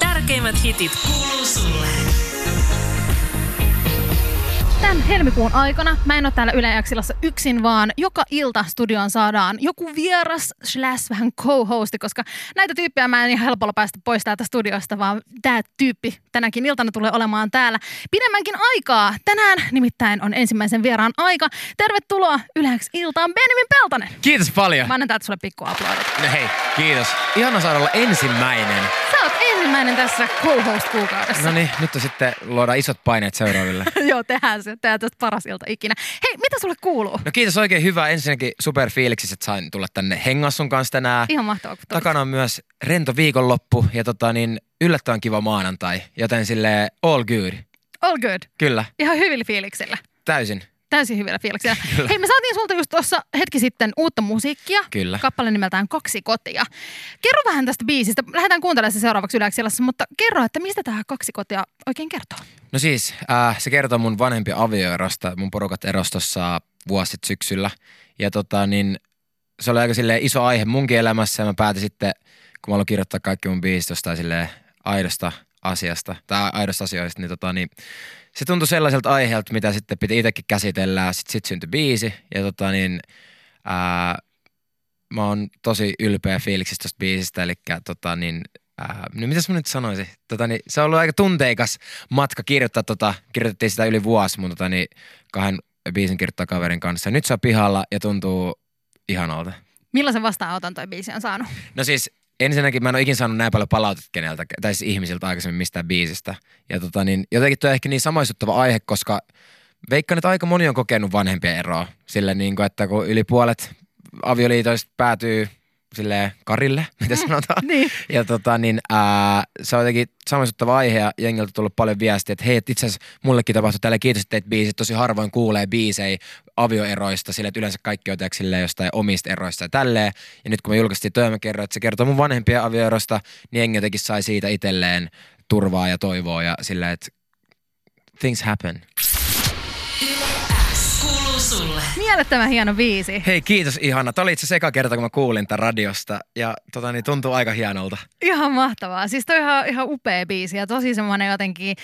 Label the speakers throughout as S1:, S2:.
S1: suurimmat hitit kuuluu sulle.
S2: Tämän helmikuun aikana mä en ole täällä Yle Jaksilassa yksin, vaan joka ilta studioon saadaan joku vieras slash vähän co-hosti, koska näitä tyyppejä mä en ihan helpolla päästä pois täältä studiosta, vaan tämä tyyppi tänäkin iltana tulee olemaan täällä pidemmänkin aikaa. Tänään nimittäin on ensimmäisen vieraan aika. Tervetuloa Yle X iltaan Benjamin Peltonen.
S3: Kiitos paljon.
S2: Mä annan täältä sulle pikku aplodit.
S3: No hei, kiitos. Ihana saada olla ensimmäinen.
S2: Sä oot ensimmäinen tässä co-host-kuukaudessa.
S3: No niin, nyt on sitten luodaan isot paineet seuraaville.
S2: Joo, tehdään se. Tehdään tästä paras ilta ikinä. Hei, mitä sulle kuuluu?
S3: No kiitos oikein hyvä ensinnäkin superfiiliksissä, että sain tulla tänne hengas sun kanssa tänään.
S2: Ihan mahtavaa, kun tulit.
S3: Takana on myös rento viikonloppu ja tota niin, yllättävän kiva maanantai, joten sille all good.
S2: All good.
S3: Kyllä,
S2: Ihan hyvillä fiiliksillä.
S3: täysin.
S2: Täysin hyvillä fiiliksillä. Hei, me saatiin sulta just tuossa hetki sitten uutta musiikkia.
S3: Kyllä.
S2: Kappale nimeltään Kaksi kotia. Kerro vähän tästä biisistä. Lähdetään kuuntelemaan se seuraavaksi yläksilassa, mutta kerro, että mistä tämä Kaksi kotia oikein kertoo?
S3: No siis, äh, se kertoo mun vanhempi avioerosta. Mun porukat erosi tuossa vuosit syksyllä. Ja tota niin, se oli aika silleen iso aihe munkin elämässä. Ja mä päätin sitten, kun mä aloin kirjoittaa kaikki mun biisit jostain silleen aidosta asiasta, tai aidosta asioista, niin tota niin, se tuntui sellaiselta aiheelta, mitä sitten piti itsekin käsitellä. Sitten sit syntyi biisi. Ja tota niin, äh, mä oon tosi ylpeä fiiliksistä tosta biisistä, eli tota niin, ää, no mitäs mä nyt sanoisin? Tota, niin, se on ollut aika tunteikas matka kirjoittaa tota, kirjoitettiin sitä yli vuosi mun tota, niin, kahden biisin kirjoittajakaverin kanssa. Nyt se on pihalla ja tuntuu ihanalta.
S2: Millaisen vastaanoton toi biisi on saanut?
S3: No siis ensinnäkin mä en ole ikinä saanut näin paljon palautetta keneltä, tai siis ihmisiltä aikaisemmin mistään biisistä. Ja tota niin, jotenkin tuo on ehkä niin samaistuttava aihe, koska veikkaan, että aika moni on kokenut vanhempien eroa. Sillä niin kuin, että kun yli puolet avioliitoista päätyy sille karille, mitä sanotaan.
S2: Niin.
S3: Ja tota niin, ää, se on jotenkin samaistuttava aihe ja jengiltä on tullut paljon viestiä, että hei, et itse asiassa mullekin tapahtui tällä kiitos, että teit biisit, tosi harvoin kuulee biisei avioeroista, sillä että yleensä kaikki on teeksi silleen jostain omista eroista ja tälleen. Ja nyt kun mä julkaistiin toi, mä kerroin, että se kertoo mun vanhempien avioeroista, niin jengi jotenkin sai siitä itselleen turvaa ja toivoa ja sillä, että things happen.
S1: X kuuluu sulle.
S2: Mielettömän hieno biisi.
S3: Hei, kiitos ihana. Tämä oli itse asiassa eka kerta, kun mä kuulin tämän radiosta ja tota, niin tuntuu aika hienolta.
S2: Ihan mahtavaa. Siis toi on ihan, ihan upea biisi ja tosi semmoinen jotenkin,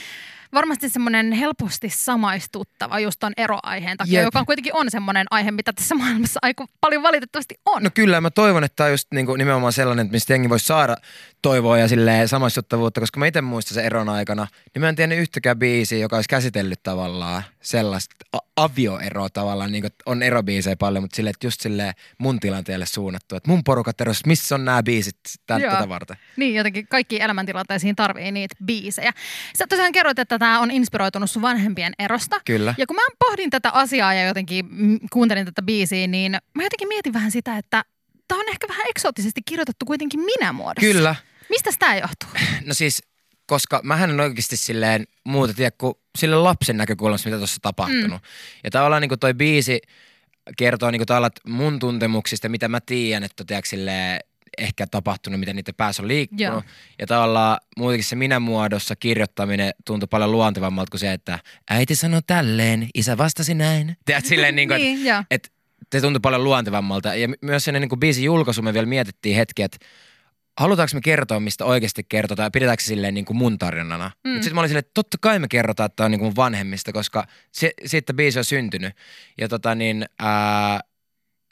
S2: varmasti semmoinen helposti samaistuttava just ton eroaiheen takia,
S3: Jep.
S2: joka on kuitenkin on semmoinen aihe, mitä tässä maailmassa aika paljon valitettavasti on.
S3: No kyllä, mä toivon, että tämä on just niinku nimenomaan sellainen, että mistä jengi voisi saada toivoa ja silleen samaistuttavuutta, koska mä itse muistan sen eron aikana, niin mä en tiennyt yhtäkään biisiä, joka olisi käsitellyt tavallaan sellaista a- avioeroa tavallaan, niin on erobiisejä paljon, mutta silleen, että just silleen mun tilanteelle suunnattu, että mun porukat eros, missä on nämä biisit tä-
S2: Joo.
S3: tätä varten.
S2: Niin, jotenkin kaikkiin elämäntilanteisiin tarvii niitä biisejä. Sä tosiaan kerroit, että tämä on inspiroitunut sun vanhempien erosta.
S3: Kyllä.
S2: Ja kun mä pohdin tätä asiaa ja jotenkin mm, kuuntelin tätä biisiä, niin mä jotenkin mietin vähän sitä, että tämä on ehkä vähän eksoottisesti kirjoitettu kuitenkin minä muodossa.
S3: Kyllä.
S2: Mistä tämä johtuu?
S3: No siis, koska mähän en oikeasti silleen muuta tiedä kuin sille lapsen näkökulmasta, mitä tuossa tapahtunut. Mm. Ja tavallaan niin kuin toi biisi kertoo niin kuin tavallaan että mun tuntemuksista, mitä mä tiedän, että tiedätkö, silleen, ehkä tapahtunut, miten niiden päässä on liikkunut.
S2: Joo.
S3: Ja tavallaan muutenkin se minä muodossa kirjoittaminen tuntui paljon luontevammalta kuin se, että äiti sanoi tälleen, isä vastasi näin. Tiedät silleen, niin kuin,
S2: Niin, joo.
S3: että et, se tuntui paljon luontevammalta. Ja my- myös ennen niin kuin biisin julkaisu me vielä mietittiin hetki, että halutaanko me kertoa, mistä oikeasti kerrotaan, ja pidetäänkö se silleen niin kuin mun tarinana. Mm. Mutta sitten mä olin silleen, että totta kai me kerrotaan, että tämä on niin kuin mun vanhemmista, koska se, siitä biisi on syntynyt. Ja tota niin, ää,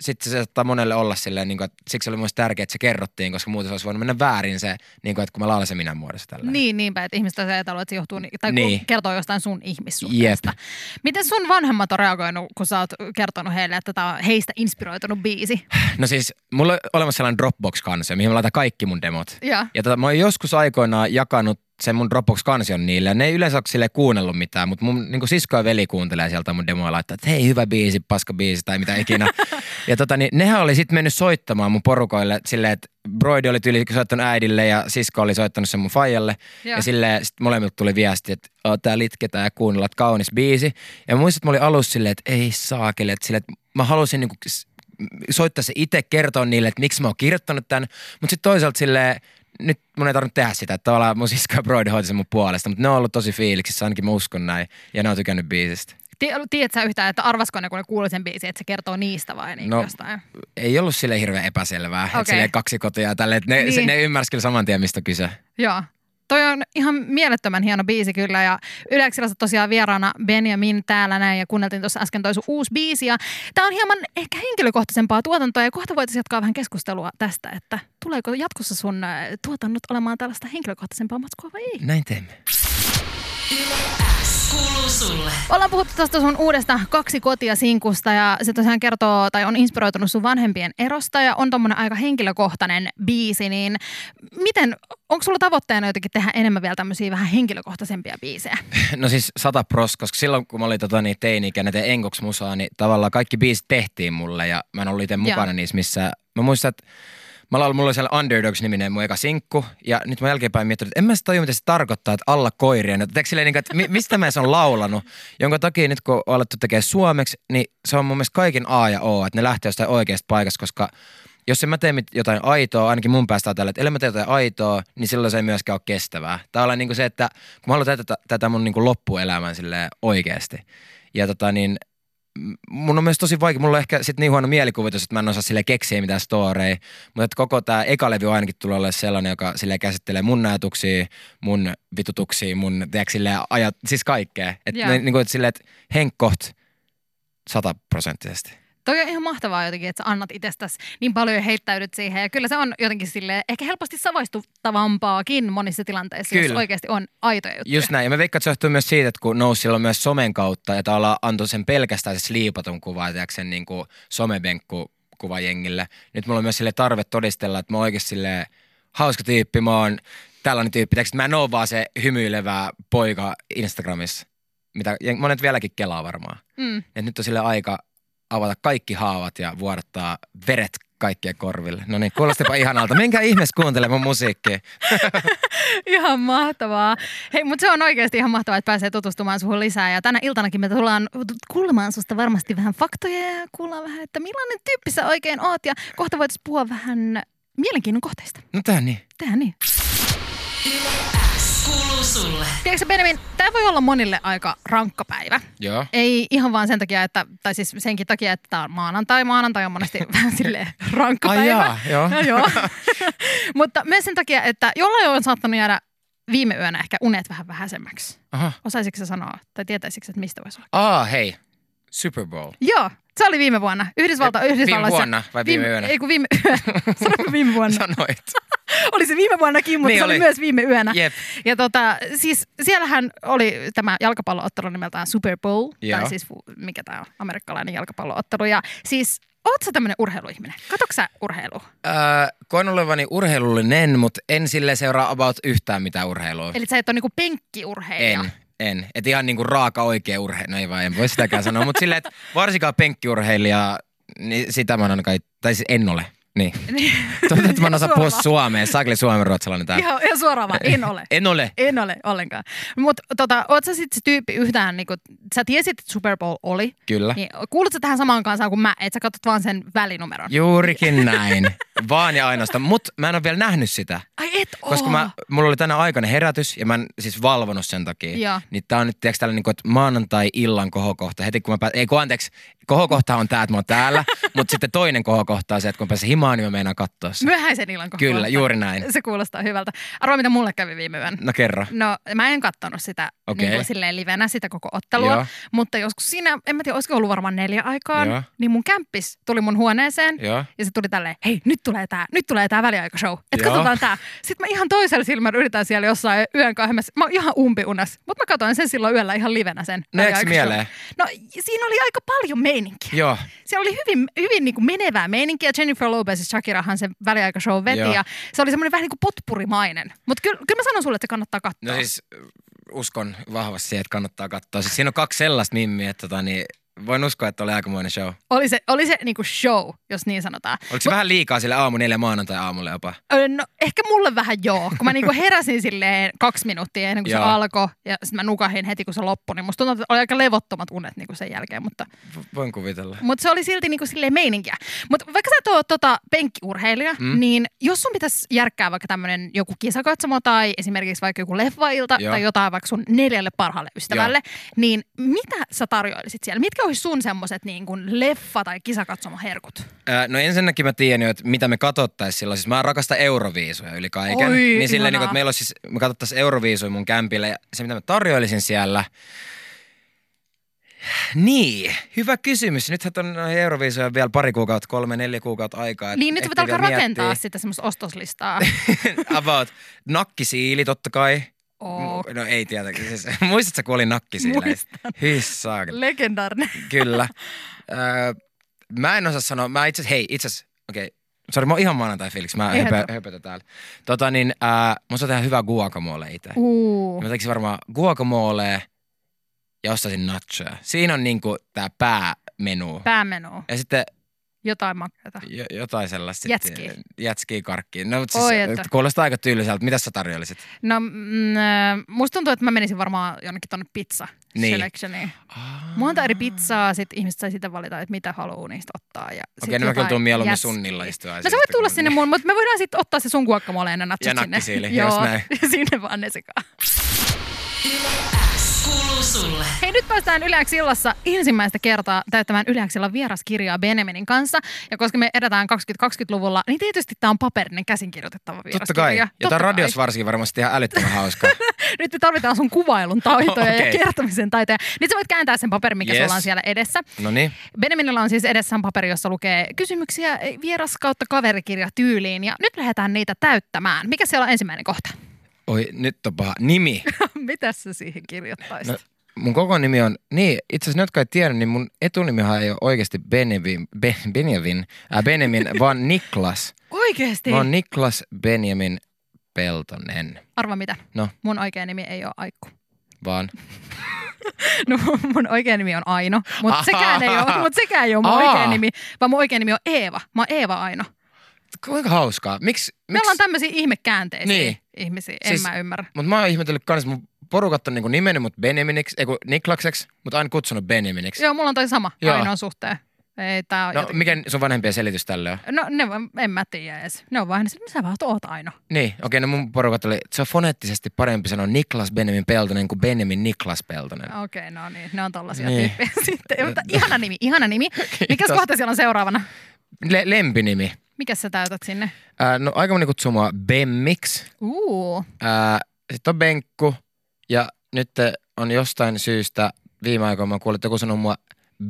S3: sitten se saattaa monelle olla silleen, niin kuin, että siksi oli myös tärkeää, että se kerrottiin, koska muuten se olisi voinut mennä väärin se, niin kuin, että kun mä laulan sen minä muodossa tällä.
S2: Niin, niinpä, että ihmiset on se ajatellut, että se johtuu, ni- tai niin.
S3: Niin.
S2: kertoo jostain sun ihmissuhteesta. Miten sun vanhemmat on reagoinut, kun sä oot kertonut heille, että tämä on heistä inspiroitunut biisi?
S3: No siis, mulla on olemassa sellainen Dropbox-kansio, mihin mä laitan kaikki mun demot.
S2: Ja.
S3: Ja tota, mä oon joskus aikoinaan jakanut sen mun Dropbox-kansion niille. ja Ne ei yleensä ole sille kuunnellut mitään, mutta mun niin sisko ja veli kuuntelee sieltä mun demoa ja laittaa, että hei hyvä biisi, paska biisi tai mitä ikinä. ja tota, niin, nehän oli sitten mennyt soittamaan mun porukoille silleen, että Broidi oli tyyli soittanut äidille ja sisko oli soittanut sen mun faijalle.
S2: Joo.
S3: Ja, ja silleen sit molemmilta tuli viesti, että "Oo, tää litketään ja kuunnellaan, että kaunis biisi. Ja mä muistan, että mä olin alussa silleen, että ei saakeli, että, silleen, että mä halusin niinku s- soittaa se itse, kertoa niille, että miksi mä oon kirjoittanut tämän. Mutta sitten toisaalta silleen, nyt mun ei tarvinnut tehdä sitä, että tavallaan mun sisko ja broidi hoiti sen mun puolesta, mutta ne on ollut tosi fiiliksissä, ainakin mä uskon näin, ja ne on tykännyt biisistä.
S2: Ti- Tiedätkö sä yhtään, että arvasko ne, kun ne kuuli sen biisin, että se kertoo niistä vai niin
S3: No,
S2: jostain?
S3: Ei ollut sille hirveän epäselvää, okay.
S2: Okei.
S3: että silleen kaksi kotia ja tälleen, että ne, niin. se,
S2: Niin.
S3: ne ymmärsi kyllä saman tien, mistä on kyse.
S2: Joo. Toi on ihan mielettömän hieno biisi kyllä ja Yleksillä tosiaan vieraana Benjamin täällä näin ja kuunneltiin tuossa äsken toi sun uusi biisi ja tää on hieman ehkä henkilökohtaisempaa tuotantoa ja kohta voitaisiin jatkaa vähän keskustelua tästä, että tuleeko jatkossa sun äh, tuotannot olemaan tällaista henkilökohtaisempaa matskua vai ei?
S3: Näin teemme.
S1: Kuuluu sulle.
S2: Ollaan puhuttu tästä sun uudesta kaksi kotia sinkusta ja se tosiaan kertoo tai on inspiroitunut sun vanhempien erosta ja on tommonen aika henkilökohtainen biisi, niin miten, onko sulla tavoitteena jotenkin tehdä enemmän vielä tämmöisiä vähän henkilökohtaisempia biisejä?
S3: No siis sata pros, koska silloin kun mä olin tota, niin teini-ikäinen teen enkoks musaa, niin tavallaan kaikki biisit tehtiin mulle ja mä en ollut itse mukana
S2: Joo.
S3: niissä missä. Mä muistan, että mä laulin, mulla oli siellä Underdogs-niminen mun eka sinkku ja nyt mä jälkeenpäin miettinyt, että en mä sitä tajua, mitä se tarkoittaa, että alla koirien. Että, teekö silleen niin kuin, että mi- mistä mä se on laulanut, jonka takia nyt kun on alettu tekemään suomeksi, niin se on mun mielestä kaiken A ja O, että ne lähtee jostain oikeasta paikasta, koska jos en mä tee mit- jotain aitoa, ainakin mun päästä ajatella, että ellei mä tee jotain aitoa, niin silloin se ei myöskään ole kestävää. Tää on niin kuin se, että kun mä haluan tehdä tätä, tätä mun niin kuin loppuelämän sille oikeasti. Ja tota niin, m- mun on myös tosi vaikea, mulla on ehkä sit niin huono mielikuvitus, että mä en osaa sille keksiä mitään storei, mutta että koko tämä eka levy ainakin tulee olemaan sellainen, joka sille käsittelee mun ajatuksia, mun vitutuksia, mun tiedätkö, silleen ajat, siis kaikkea. Että
S2: Joo.
S3: niin kuin, että silleen, että henkkoht sataprosenttisesti.
S2: Toi on ihan mahtavaa jotenkin, että sä annat itsestäsi niin paljon ja heittäydyt siihen. Ja kyllä se on jotenkin sille ehkä helposti savaistuttavampaakin monissa tilanteissa, kyllä. jos
S3: Kyllä.
S2: oikeasti on aitoja juttuja.
S3: Just näin. Ja mä veikkaan, että se johtuu myös siitä, että kun nousi silloin myös somen kautta, ja tavallaan antoi sen pelkästään se liipatun kuva, tiedätkö, sen niin kuin somebenkku kuva jengille. Nyt mulla on myös sille tarve todistella, että mä oon oikeasti sille hauska tyyppi, mä oon tällainen tyyppi. Tiedätkö, että mä en oo vaan se hymyilevä poika Instagramissa, mitä jeng- monet vieläkin kelaa varmaan.
S2: Mm.
S3: Et nyt on sille aika avata kaikki haavat ja vuodattaa veret kaikkien korville. No niin, kuulostipa ihanalta. Menkää ihmeessä kuuntelemaan mun musiikkia.
S2: Ihan mahtavaa. Hei, mutta se on oikeasti ihan mahtavaa, että pääsee tutustumaan suhun lisää. Ja tänä iltanakin me tullaan kuulemaan susta varmasti vähän faktoja ja kuullaan vähän, että millainen tyyppi sä oikein oot. Ja kohta voitaisiin puhua vähän mielenkiinnon kohteista.
S3: No tää niin.
S2: Tehdään niin.
S1: Kuuluu sulle.
S2: Tiedätkö sä, Benjamin, tämä voi olla monille aika rankka päivä.
S3: Joo.
S2: Ei ihan vaan sen takia, että, tai siis senkin takia, että tämä on maanantai. Maanantai on monesti vähän silleen rankka
S3: Ai
S2: päivä.
S3: jaa, joo.
S2: No joo. Mutta myös sen takia, että jollain on saattanut jäädä viime yönä ehkä unet vähän vähäisemmäksi.
S3: Aha.
S2: Osaisitko sä sanoa, tai tietäisikö, että mistä voisi olla?
S3: Aa, Ah, hei. Super Bowl.
S2: Joo, se oli viime vuonna. Yhdysvalta,
S3: Viime
S2: Yhdysvalloissa.
S3: vuonna vai viime yönä?
S2: Ei kun viime yönä. Sanoinko viime vuonna?
S3: Sanoit.
S2: Oli se viime vuonnakin, mutta
S3: Niin
S2: se oli
S3: oli.
S2: myös viime yönä.
S3: Jep.
S2: Ja tota, siis siellähän oli tämä jalkapalloottelu nimeltään Super Bowl, tai
S3: Joo.
S2: siis fu- mikä tämä on, amerikkalainen jalkapalloottelu. Ja siis, oot sä tämmönen urheiluihminen? Katoksa sä urheilua?
S3: Öö, koen olevani urheilullinen, mutta en sille seuraa about yhtään mitään urheilua.
S2: Eli sä et ole niinku penkkiurheilija?
S3: en, en. Et ihan niinku raaka oikea urheilu. No ei vaan, en voi sitäkään sanoa. Mutta silleen, että varsinkaan penkkiurheilija, niin sitä mä en ainakaan, tai siis en ole. Niin. Tuntuu, että mä en osaa puhua
S2: Suoraan.
S3: suomea. Sakli suomen ruotsalainen tää.
S2: Ihan, ihan suoraan vaan, en ole.
S3: En ole.
S2: En ole ollenkaan. Mutta tota, oot sä sitten se tyyppi yhtään, niinku, sä tiesit, että Super Bowl oli,
S3: Kyllä.
S2: niin kuulut sä tähän samaan kansaan kuin mä, et sä katsot vaan sen välinumeron?
S3: Juurikin näin. Vaan ja ainoastaan. Mutta mä en ole vielä nähnyt sitä.
S2: Ai et oo.
S3: Koska mä, mulla oli tänä aikana herätys ja mä en siis valvonut sen takia.
S2: Joo.
S3: Niin tää on nyt tiiäks tällainen, niinku, että maanantai-illan kohokohta. Heti kun mä pääsen, ei kun anteeksi, kohokohta on tää, että mä oon täällä. mutta sitten toinen kohokohta on se, että kun mä pääsen himaan, niin mä meinaan katsoa sen.
S2: Myöhäisen illan kohdalla.
S3: Kyllä, juuri näin.
S2: Se kuulostaa hyvältä. Arvoa, mitä mulle kävi viime yönä.
S3: No kerro.
S2: No mä en kattonut sitä okay.
S3: Okei.
S2: niin kuin silleen livenä, sitä koko ottelua, Joo.
S3: Joo.
S2: mutta joskus siinä, en mä tiedä, olisiko ollut varmaan neljä aikaan, Joo.
S3: Joo.
S2: niin mun kämppis tuli mun huoneeseen
S3: Joo.
S2: ja se tuli tälleen, hei nyt tulee tää, nyt tulee tää väliaikashow, että
S3: Joo.
S2: katsotaan tää. Sitten mä ihan toisella silmällä yritän siellä jossain yön kahmessa, mä oon ihan umpiunas, mutta mä katsoin sen silloin yöllä ihan livenä sen
S3: No jäikö
S2: väliaikashow.
S3: mieleen?
S2: No siinä oli aika paljon meininkiä.
S3: Joo.
S2: Siellä oli hyvin, hyvin niin kuin menevää meininkiä. Jennifer Lopez ja Shakirahan sen väliaikashow veti
S3: Joo.
S2: ja se oli semmoinen vähän niin kuin potpurimainen. Mutta kyllä, kyllä mä sanon sulle, että se kannattaa katsoa.
S3: No siis uskon vahvasti siihen, että kannattaa katsoa. Siis siinä on kaksi sellaista mimmiä, että tota, niin voin uskoa, että oli aikamoinen show.
S2: Oli se, oli se niinku show, jos niin sanotaan.
S3: Oliko se vähän liikaa sille aamu neljä maanantai aamulle jopa?
S2: Ö, No, ehkä mulle vähän joo, kun mä niinku heräsin silleen kaksi minuuttia ennen kuin se
S3: Joo.
S2: alkoi ja sitten mä nukahin heti kun se loppui, niin musta tuntuu, että oli aika levottomat unet niinku sen jälkeen, mutta,
S3: V- voin kuvitella.
S2: mutta se oli silti niinku silleen meininkiä. Mutta vaikka sä et oo tota penkkiurheilija, mm.
S3: Mm.
S2: niin jos sun pitäisi järkkää vaikka tämmönen joku kisakatsomo tai esimerkiksi vaikka joku leffailta
S3: Joo.
S2: tai jotain vaikka sun neljälle parhaalle ystävälle, niin mitä sä tarjoilisit siellä? Mitkä olisi sun semmoset niin kuin leffa- tai kisakatsomaherkut?
S3: Ää, No ensinnäkin mä tiedän jo, että mitä me katsottaisiin silloin. Siis mä rakastan euroviisuja yli kaiken.
S2: Oi,
S3: niin
S2: ihanaa.
S3: silleen, niin kuin, että meillä olisi siis, me katsottaisiin euroviisuja mun kämpillä ja se mitä mä tarjoilisin siellä. Niin, hyvä kysymys. Nythän on noihin euroviisuja vielä pari kuukautta, kolme, neljä kuukautta aikaa. et
S2: Niin nyt
S3: ehtii
S2: voit alkaa
S3: vielä
S2: rakentaa
S3: miettiä.
S2: sitä semmoista ostoslistaa.
S3: About nakkisiili totta kai.
S2: Oh,
S3: No ei tietenkään. Siis, muistatko, kun oli nakkisiilejä?
S2: Muistan.
S3: Hyssaakeli.
S2: legendaarinen.
S3: Kyllä. Öö, mä en osaa sanoa, mä itse hei itse asiassa, okei, okay. sori mä oon ihan maanantai fiiliksi, mä
S2: Ei
S3: höpö,
S2: haittaa.
S3: höpötä täällä. Tota niin, äh, mä osaan tehdä hyvää guacamole itse. Uh.
S2: Uu.
S3: Mä tekisin varmaan guacamole ja ostaisin nachoja. Siinä on niinku tää päämenu. Pää.
S2: Päämenu.
S3: Ja sitten
S2: Jotain makeata.
S3: jo, jotain sellaista.
S2: Jätskiä.
S3: Jätskiä karkkiin. No mut siis,
S2: Oi, että.
S3: kuulostaa aika tyyliseltä. Mitä sä tarjoilisit?
S2: No, mm, äh, musta tuntuu, että mä menisin varmaan jonnekin tonne pizza
S3: Niin.
S2: selectioniin. Monta eri pizzaa, sit ihmiset sai sitä valita, että mitä haluaa niistä ottaa. Ja sit
S3: Okei, okay, no mä kyllä
S2: jotain
S3: tuun mieluummin
S2: jätskiä.
S3: sunnilla istua.
S2: No sä voit tulla sinne mun, mutta me voidaan sitten ottaa se sun guacamole ja natsat
S3: Ja
S2: sinne.
S3: nakkisiili,
S2: Joo,
S3: just näin.
S2: sinne vaan ne sekaan.
S1: Kuuluu sulle.
S2: Hei, nyt päästään Yleäks illassa ensimmäistä kertaa täyttämään Yleäks illan vieraskirjaa Benjaminin kanssa. Ja koska me edetään 2020-luvulla, niin tietysti tämä on paperinen käsinkirjoitettava
S3: Totta kai.
S2: vieraskirja.
S3: Ja tää on radiossa varsinkin varmasti ihan älyttömän hauskaa.
S2: Nyt me tarvitaan sun kuvailun taitoja okay. ja
S3: Okei.
S2: kertomisen taitoja. Nyt sä voit kääntää sen paperin, mikä yes.
S3: Yes.
S2: sulla on siellä edessä.
S3: No niin.
S2: Benjaminilla on siis edessään paperi, jossa lukee kysymyksiä eh, vieras kautta kaverikirja tyyliin. Ja nyt lähdetään niitä täyttämään. Mikä siellä on ensimmäinen kohta?
S3: Oi, nyt on paha. Nimi.
S2: Mitä sä siihen kirjoittaisit?
S3: No, mun koko nimi on, niin itse asiassa ne, jotka ei tiedä, niin mun etunimihan ei ole oikeasti Benjamin, Be, Benjamin, äh Benjamin, vaan Niklas.
S2: Oikeesti?
S3: Mä oon Niklas Benjamin Peltonen,
S2: Arva mitä?
S3: No.
S2: Mun oikea nimi ei ole Aikku.
S3: vaan.
S2: No mun oikea nimi on Aino, mutta sekään ei ole, mut sekään ei ole mun
S3: Aa.
S2: oikea nimi, vaan mun oikea nimi on Eeva. Mä oon Eeva Aino.
S3: Kuinka hauskaa. Miksi?
S2: Me ollaan
S3: Miks?
S2: tämmöisiä ihmekäänteisiä
S3: Niin.
S2: ihmisiä, en
S3: Siis-
S2: mä ymmärrä.
S3: Mut mä oon ihmetellyt kans, mun porukat on niinku nimennyt mut Benjaminiksi, ei kun Niklakseksi, mutta aina kutsunut Benjaminiksi.
S2: Joo, mulla on toi sama
S3: Joo.
S2: Ainoan suhteen. Ei, tää on
S3: No,
S2: jotenkin-
S3: mikä sun vanhempien selitys tälle on?
S2: no ne, vaan- en mä tiedä edes. Ne on vähän se, että sä vaan oot Aino.
S3: Niin, okei, okay, no mun porukat oli, se on foneettisesti parempi sanoa Niklas Benjamin Peltonen kuin Benjamin Niklas Peltonen.
S2: Okei, okay, no niin, ne on tollasia
S3: Niin.
S2: tyyppejä sitten. Mutta ihana nimi, ihana nimi. Mikäs
S3: Kiitos.
S2: kohta siellä on seuraavana?
S3: Le- lempinimi.
S2: Mikäs sä täytät sinne?
S3: Ää, no aika moni kutsuu mua Bemmiksi,
S2: Uu,
S3: sitten on Benkku ja nyt äh, on jostain syystä viime aikoina mä kuulin, että joku sanoo mua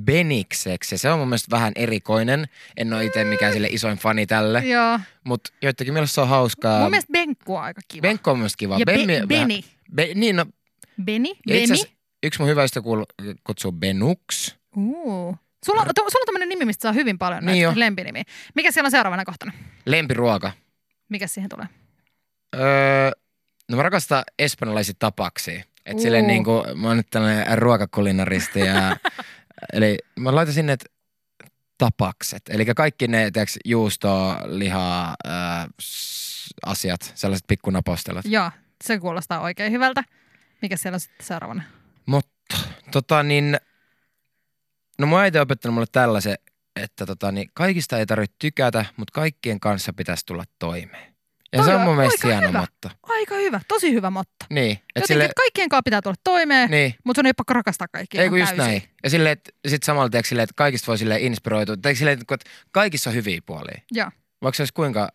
S3: Benikseksi ja se on mun mielestä vähän erikoinen. En ole itse mikään sille isoin fani tälle,
S2: joo.
S3: mutta joidenkin mielestä se on hauskaa.
S2: Mun mielestä Benkku on aika kiva.
S3: Benkku on myös kiva.
S2: ja
S3: Bemmi-
S2: Be-
S3: vähän-
S2: Beni.
S3: Be- niin, no,
S2: Beni?
S3: ja itse
S2: Beni?
S3: asiassa yksi mun hyväistä kuul- kutsuu Benuks.
S2: Uu. Sulla, on- to, sulla on tämmöinen nimi, mistä saa hyvin paljon
S3: Niin
S2: näitä
S3: jo.
S2: lempinimiä. Mikä siellä on seuraavana kohtana?
S3: Lempiruoka.
S2: Mikä siihen tulee?
S3: Öö, no mä rakastan espanjalaisia tapaksia. Et
S2: Uu.
S3: silleen niin kuin, mä oon nyt tällainen ruokakulinaristi ja, eli mä laitan sinne, että tapakset. Eli kaikki ne, tiiäks, juustoa, lihaa, ää, s- asiat, sellaiset pikkunapostelut.
S2: Joo, se kuulostaa oikein hyvältä. Mikä siellä on sitten seuraavana?
S3: Mutta tota niin, no mun äiti on opettanut mulle tällaisen, että tota niin, kaikista ei tarvitse tykätä, mutta kaikkien kanssa pitäisi tulla toimeen. Ja
S2: Toi
S3: se on
S2: on
S3: mun mielestä
S2: aika
S3: hieno
S2: hyvä.
S3: motto.
S2: Aika hyvä, tosi hyvä motto.
S3: Niin,
S2: Jotenkin, sille... että kaikkien kanssa pitää tulla toimeen, niin.
S3: niin,
S2: mutta sun ei ole pakko rakastaa kaikkia
S3: Ei kun
S2: ihan
S3: just
S2: täysin.
S3: näin. Ja silleen, että sit samalla tiedätkö silleen, että kaikista voi silleen inspiroitua. Tai silleen, että kun- että kaikissa on hyviä puolia.
S2: Joo.
S3: Vaikka se olisi kuinka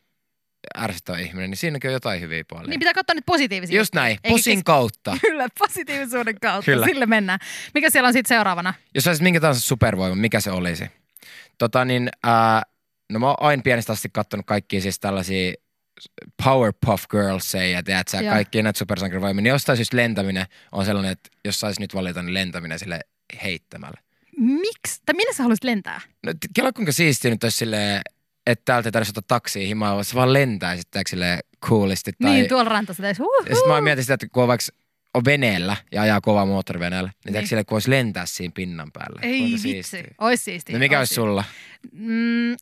S3: ärsyttävä ihminen, niin siinäkin on jotain hyviä puolia.
S2: Niin pitää katsoa nyt positiivisia.
S3: just näin,
S2: Eikä
S3: posin kautta.
S2: Kyllä, positiivisuuden kautta. Kyllä.
S3: Kyllä.
S2: Sillä mennään. Mikä siellä on sitten seuraavana?
S3: Jos saisit minkä tahansa supervoiman, mikä se olisi? Tota niin, ää, no mä oon aina pienestä asti kattonut kaikkia siis tällaisia Powerpuff Girlsia ja tiedät sä,
S2: Joo.
S3: kaikki näitä supersankarivoimia. Niin jostain syystä lentäminen on sellainen, että jos sais nyt valita, niin lentäminen sille heittämällä.
S2: Miksi? Tai minne sä haluaisit lentää?
S3: No t- kela kuinka siistiä nyt olisi silleen, että täältä ei tarvitse ottaa taksia himaa, vaan se vaan lentää sitten silleen coolisti. Tai...
S2: Tai... Niin, tuolla rantassa teis.
S3: ja sitten mä oon mietin sitä, että kun on vaikka on veneellä ja ajaa kovaa moottoriveneellä, niin,
S2: Niin.
S3: niin. silleen, kun voisi lentää siinä pinnan päällä.
S2: Ei
S3: Kuinka
S2: vitsi,
S3: siistiä.
S2: ois siistiä.
S3: No
S2: ois
S3: mikä olisi
S2: siistiä.
S3: sulla?
S2: Mm,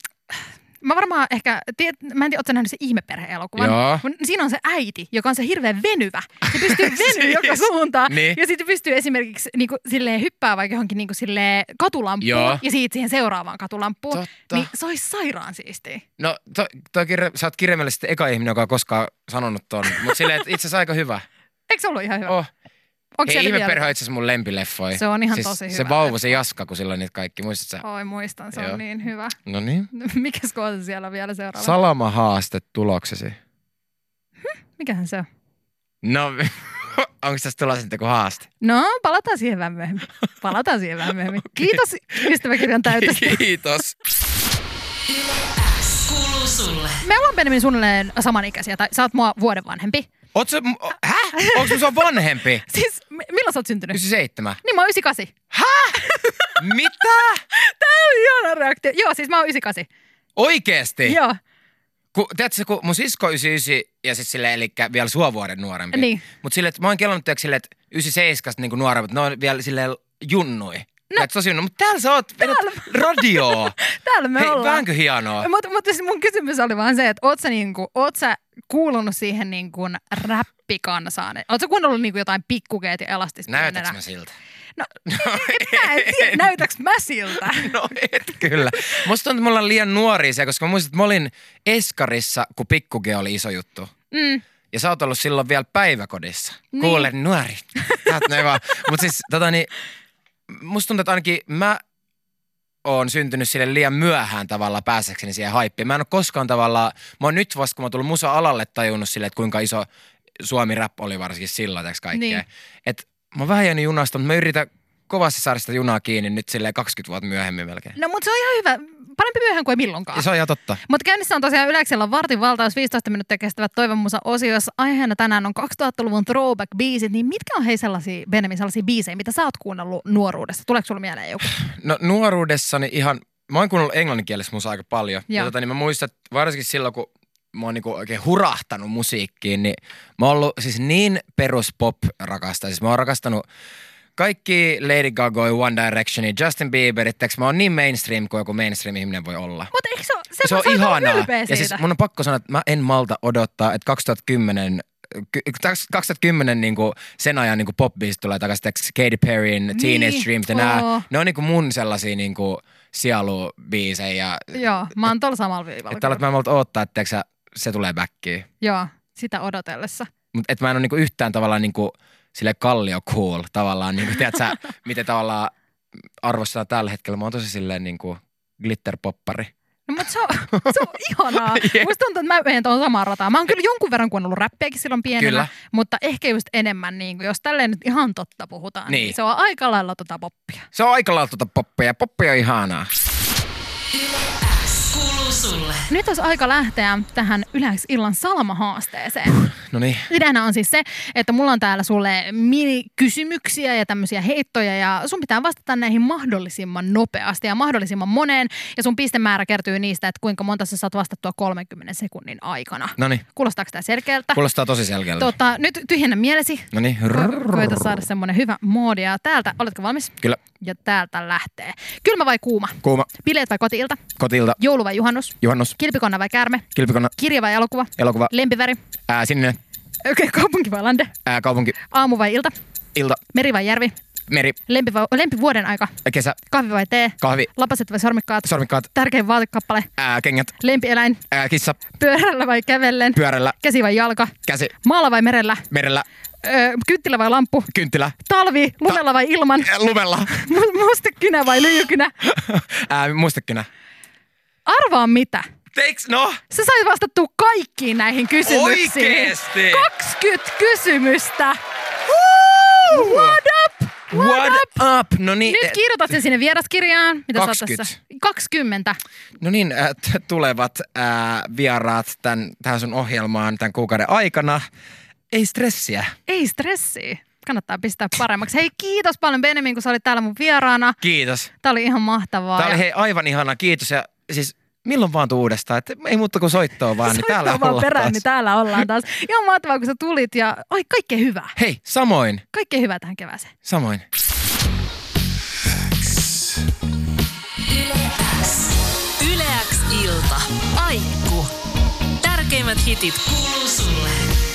S2: mä varmaan ehkä, tiet, mä en tiedä, ootko nähnyt se ihmeperhe-elokuvan?
S3: Joo.
S2: Mun- Siinä on se äiti, joka on se hirveän venyvä. Se pystyy venyä joka
S3: Siis.
S2: suuntaan.
S3: Niin.
S2: Ja sitten pystyy esimerkiksi niinku, silleen, hyppää vaikka johonkin niinku, silleen, katulampuun
S3: Joo.
S2: ja siitä siihen seuraavaan katulampuun.
S3: Totta.
S2: Niin se olisi sairaan siistiä.
S3: No, to, toi kirja, sä oot kirjaimellisesti eka ihminen, joka on koskaan sanonut ton, mutta silleen, että itse asiassa aika hyvä.
S2: Eikö se ollut ihan hyvä?
S3: Oh.
S2: Onko
S3: Hei,
S2: siellä
S3: ihme
S2: vielä?
S3: perho on itse asiassa mun lempileffoi.
S2: Se on ihan
S3: siis
S2: tosi
S3: Se
S2: hyvä
S3: vauva,
S2: leffa. Oh.
S3: se jaska, kun sillä on niitä kaikki. Muistatko sä?
S2: Oi, muistan, se
S3: Joo.
S2: on niin hyvä.
S3: No niin.
S2: Mikäs kohta siellä vielä seuraava? Sal-
S3: Salama haaste tuloksesi.
S2: Mikähän se on?
S3: No, onko tässä tulossa nyt joku haaste?
S2: No, palataan siihen vähän myöhemmin. Palataan siihen vähän myöhemmin. Kiitos ystäväkirjan täytöstä.
S3: Kiitos.
S1: X kuuluu sulle.
S2: Me ollaan Benjamin suunnilleen samanikäisiä, tai sä oot mua vuoden vanhempi.
S3: Oot sä, häh? Onko sun vanhempi?
S2: Siis m- milloin sä oot syntynyt?
S3: 97.
S2: Niin mä oon 98.
S3: Mitä?
S2: Ihana reaktio. Joo, siis mä oon 98.
S3: Oikeesti?
S2: Joo,
S3: Ku, tiedätkö, kun mun sisko on 99 ja siis sille, eli vielä sua vuoden nuorempi.
S2: Niin.
S3: Mutta sille, että mä oon kelannut tiedätkö, sille, että 97 niin nuoremmat, ne on vielä sille junnui. No. Et tosi junnu, mutta täällä sä oot, vedät radioa.
S2: täällä me
S3: Hei,
S2: ollaan.
S3: vähänkö hienoa?
S2: Mutta mut siis mun kysymys oli vaan se, että oot sä, niinku, oot sä kuulunut siihen niinku räppikansaan? Oot sä kuunnellut niinku jotain pikkukeet ja elastista?
S3: Näytäks mä siltä?
S2: No, mä en tiedä, näytäks mä siltä?
S3: No et kyllä. Musta tuntuu, että me ollaan liian nuoria siellä, koska mä muistan, että mä olin Eskarissa, kun pikkuke oli iso juttu.
S2: Mm.
S3: Ja sä oot ollut silloin vielä päiväkodissa. Niin. Kuule, nuori. Tätä vaan. Mut siis, tota niin, musta tuntuu, että ainakin mä oon syntynyt sille liian myöhään tavalla päästäkseni siihen haippiin. Mä en ole koskaan tavallaan, mä oon nyt vasta kun mä oon tullut musa-alalle tajunnut sille, että kuinka iso suomi rap oli varsinkin silloin täks kaikkea.
S2: Niin.
S3: Niin. Et mä oon vähän jäänyt junasta, mutta mä yritän kovasti saada sitä junaa kiinni nyt silleen 20 vuotta myöhemmin melkein.
S2: No mutta se on ihan hyvä. Parempi myöhään kuin ei milloinkaan.
S3: Ja se on ihan totta.
S2: Mutta käynnissä on tosiaan Yleksellä vartin valtaus 15 minuuttia kestävät toivomusa osio, jossa aiheena tänään on 2000-luvun throwback-biisit. Niin mitkä on hei sellaisia, Benjamin, sellaisia biisejä, mitä sä oot kuunnellut nuoruudessa? Tuleeko sulla mieleen joku?
S3: No nuoruudessani ihan, mä oon kuunnellut englanninkielessä musaa aika paljon.
S2: Joo.
S3: Ja tota, niin mä muistan, että varsinkin silloin kun mä oon niinku oikein hurahtanut musiikkiin, niin mä oon ollut siis niin perus pop rakastaja. Siis mä oon rakastanut kaikki Lady Gaga, One Directioni, Justin Bieberit, teks mä oon niin mainstream kuin joku mainstream ihminen voi olla.
S2: Mutta eikö se, ole- se,
S3: Se on
S2: sä oot ollut
S3: ihanaa.
S2: ylpeä
S3: Ja
S2: siitä.
S3: siis mun on pakko sanoa, että mä en malta odottaa, että 2010 ky- 2010 niin kuin sen ajan niin popbiisit tulee takaisin, teks Katy Perryn,
S2: Niin,
S3: Teenage Dream ja
S2: oo.
S3: nää, ne on niin kuin mun sellaisia niin kuin sielubiisejä.
S2: Joo, mä oon tuolla samalla viivalla.
S3: Että tällä, että mä en malta odottaa, että teks, se tulee backiin.
S2: Joo, sitä odotellessa.
S3: Mutta että mä en ole niin kuin yhtään tavallaan niin kuin sille kallio cool tavallaan, niin kuin, tiedätkö, miten tavallaan arvostetaan tällä hetkellä. Mä oon tosi silleen niin kuin glitterpoppari.
S2: No, mutta se on, se on ihanaa. yeah. Musta tuntuu, että mä menen tuohon samaan rataan. Mä oon kyllä jonkun verran kuunnellut räppiäkin silloin pienenä,
S3: Kyllä.
S2: mutta ehkä just enemmän, niin kuin, jos tälleen nyt ihan totta puhutaan, niin.
S3: Niin.
S2: se on aika lailla tota poppia.
S3: Se on aika lailla tuota poppia. Poppia on ihanaa.
S1: X kuuluu sulle.
S2: Nyt olisi aika lähteä tähän yleisillan salmahaasteeseen.
S3: No niin.
S2: Ideana on siis se, että mulla on täällä sulle mini-kysymyksiä ja tämmöisiä heittoja ja sun pitää vastata näihin mahdollisimman nopeasti ja mahdollisimman moneen. Ja sun pistemäärä kertyy niistä, että kuinka monta sä saat vastattua 30 sekunnin aikana.
S3: No niin.
S2: Kuulostaako tämä selkeältä?
S3: Kuulostaa tosi selkeältä.
S2: Tota, nyt tyhjennä mielesi.
S3: No niin.
S2: Ko- Koita saada semmoinen hyvä moodi. Ja täältä, oletko valmis?
S3: Kyllä.
S2: Ja täältä lähtee. Kylmä vai kuuma?
S3: Kuuma.
S2: Bileet vai kotiilta?
S3: Kotilta.
S2: Joulu vai juhannus?
S3: Juhannus.
S2: Kilpikonna vai käärme?
S3: Kilpikonna.
S2: Kirja vai elokuva?
S3: Elokuva.
S2: Lempiväri?
S3: Ää, sininen.
S2: Okei, okay, kaupunki vai lande?
S3: Ää, kaupunki.
S2: Aamu vai ilta?
S3: Ilta.
S2: Meri vai järvi?
S3: Meri.
S2: Lempi, vai, lempi vuoden aika?
S3: Kesä.
S2: Kahvi vai tee?
S3: Kahvi.
S2: Lapaset vai sormikkaat?
S3: Sormikkaat.
S2: Tärkein vaatekappale?
S3: Ää, kengät.
S2: Lempieläin?
S3: Ää, kissa.
S2: Pyörällä vai kävellen?
S3: Pyörällä.
S2: Käsi vai jalka?
S3: Käsi.
S2: Maalla vai merellä?
S3: Merellä.
S2: Öö, kynttilä vai lamppu?
S3: Kynttilä.
S2: Talvi? Lumella vai ilman?
S3: Ää, Lumella.
S2: Mu- Mustekynä vai lyijykynä?
S3: Ää, mustekynä.
S2: Arvaa mitä?
S3: Teiks, no?
S2: Sä sait vastattua kaikkiin näihin kysymyksiin.
S3: Oikeesti?
S2: 20 kysymystä. What up? What,
S3: What
S2: up?
S3: up? No niin.
S2: Nyt kirjoitat sen sinne vieraskirjaan. Mitä
S3: 20.
S2: 20. Sä oot tässä? 20.
S3: No niin, äh, t- tulevat äh, vieraat tän, tähän sun ohjelmaan tämän kuukauden aikana. Ei stressiä.
S2: Ei stressiä. Kannattaa pistää paremmaksi. Hei, kiitos paljon Benjamin, kun sä olit täällä mun vieraana.
S3: Kiitos.
S2: Tää oli ihan mahtavaa.
S3: Tämä
S2: ja-
S3: oli hei, aivan ihana, kiitos. Ja siis milloin vaan tuu uudestaan, että ei muuta kuin soittoa vaan, niin täällä
S2: Soittaa vaan
S3: ollaan
S2: perään,
S3: taas.
S2: niin täällä ollaan taas. Ihan mahtavaa, kun sä tulit ja oi, kaikkea hyvää.
S3: Hei, samoin,
S2: Kaikkea hyvää tähän kevääseen.
S3: samoin.
S1: Yle X ilta. Aikku. Tärkeimmät hitit kuuluu sulle.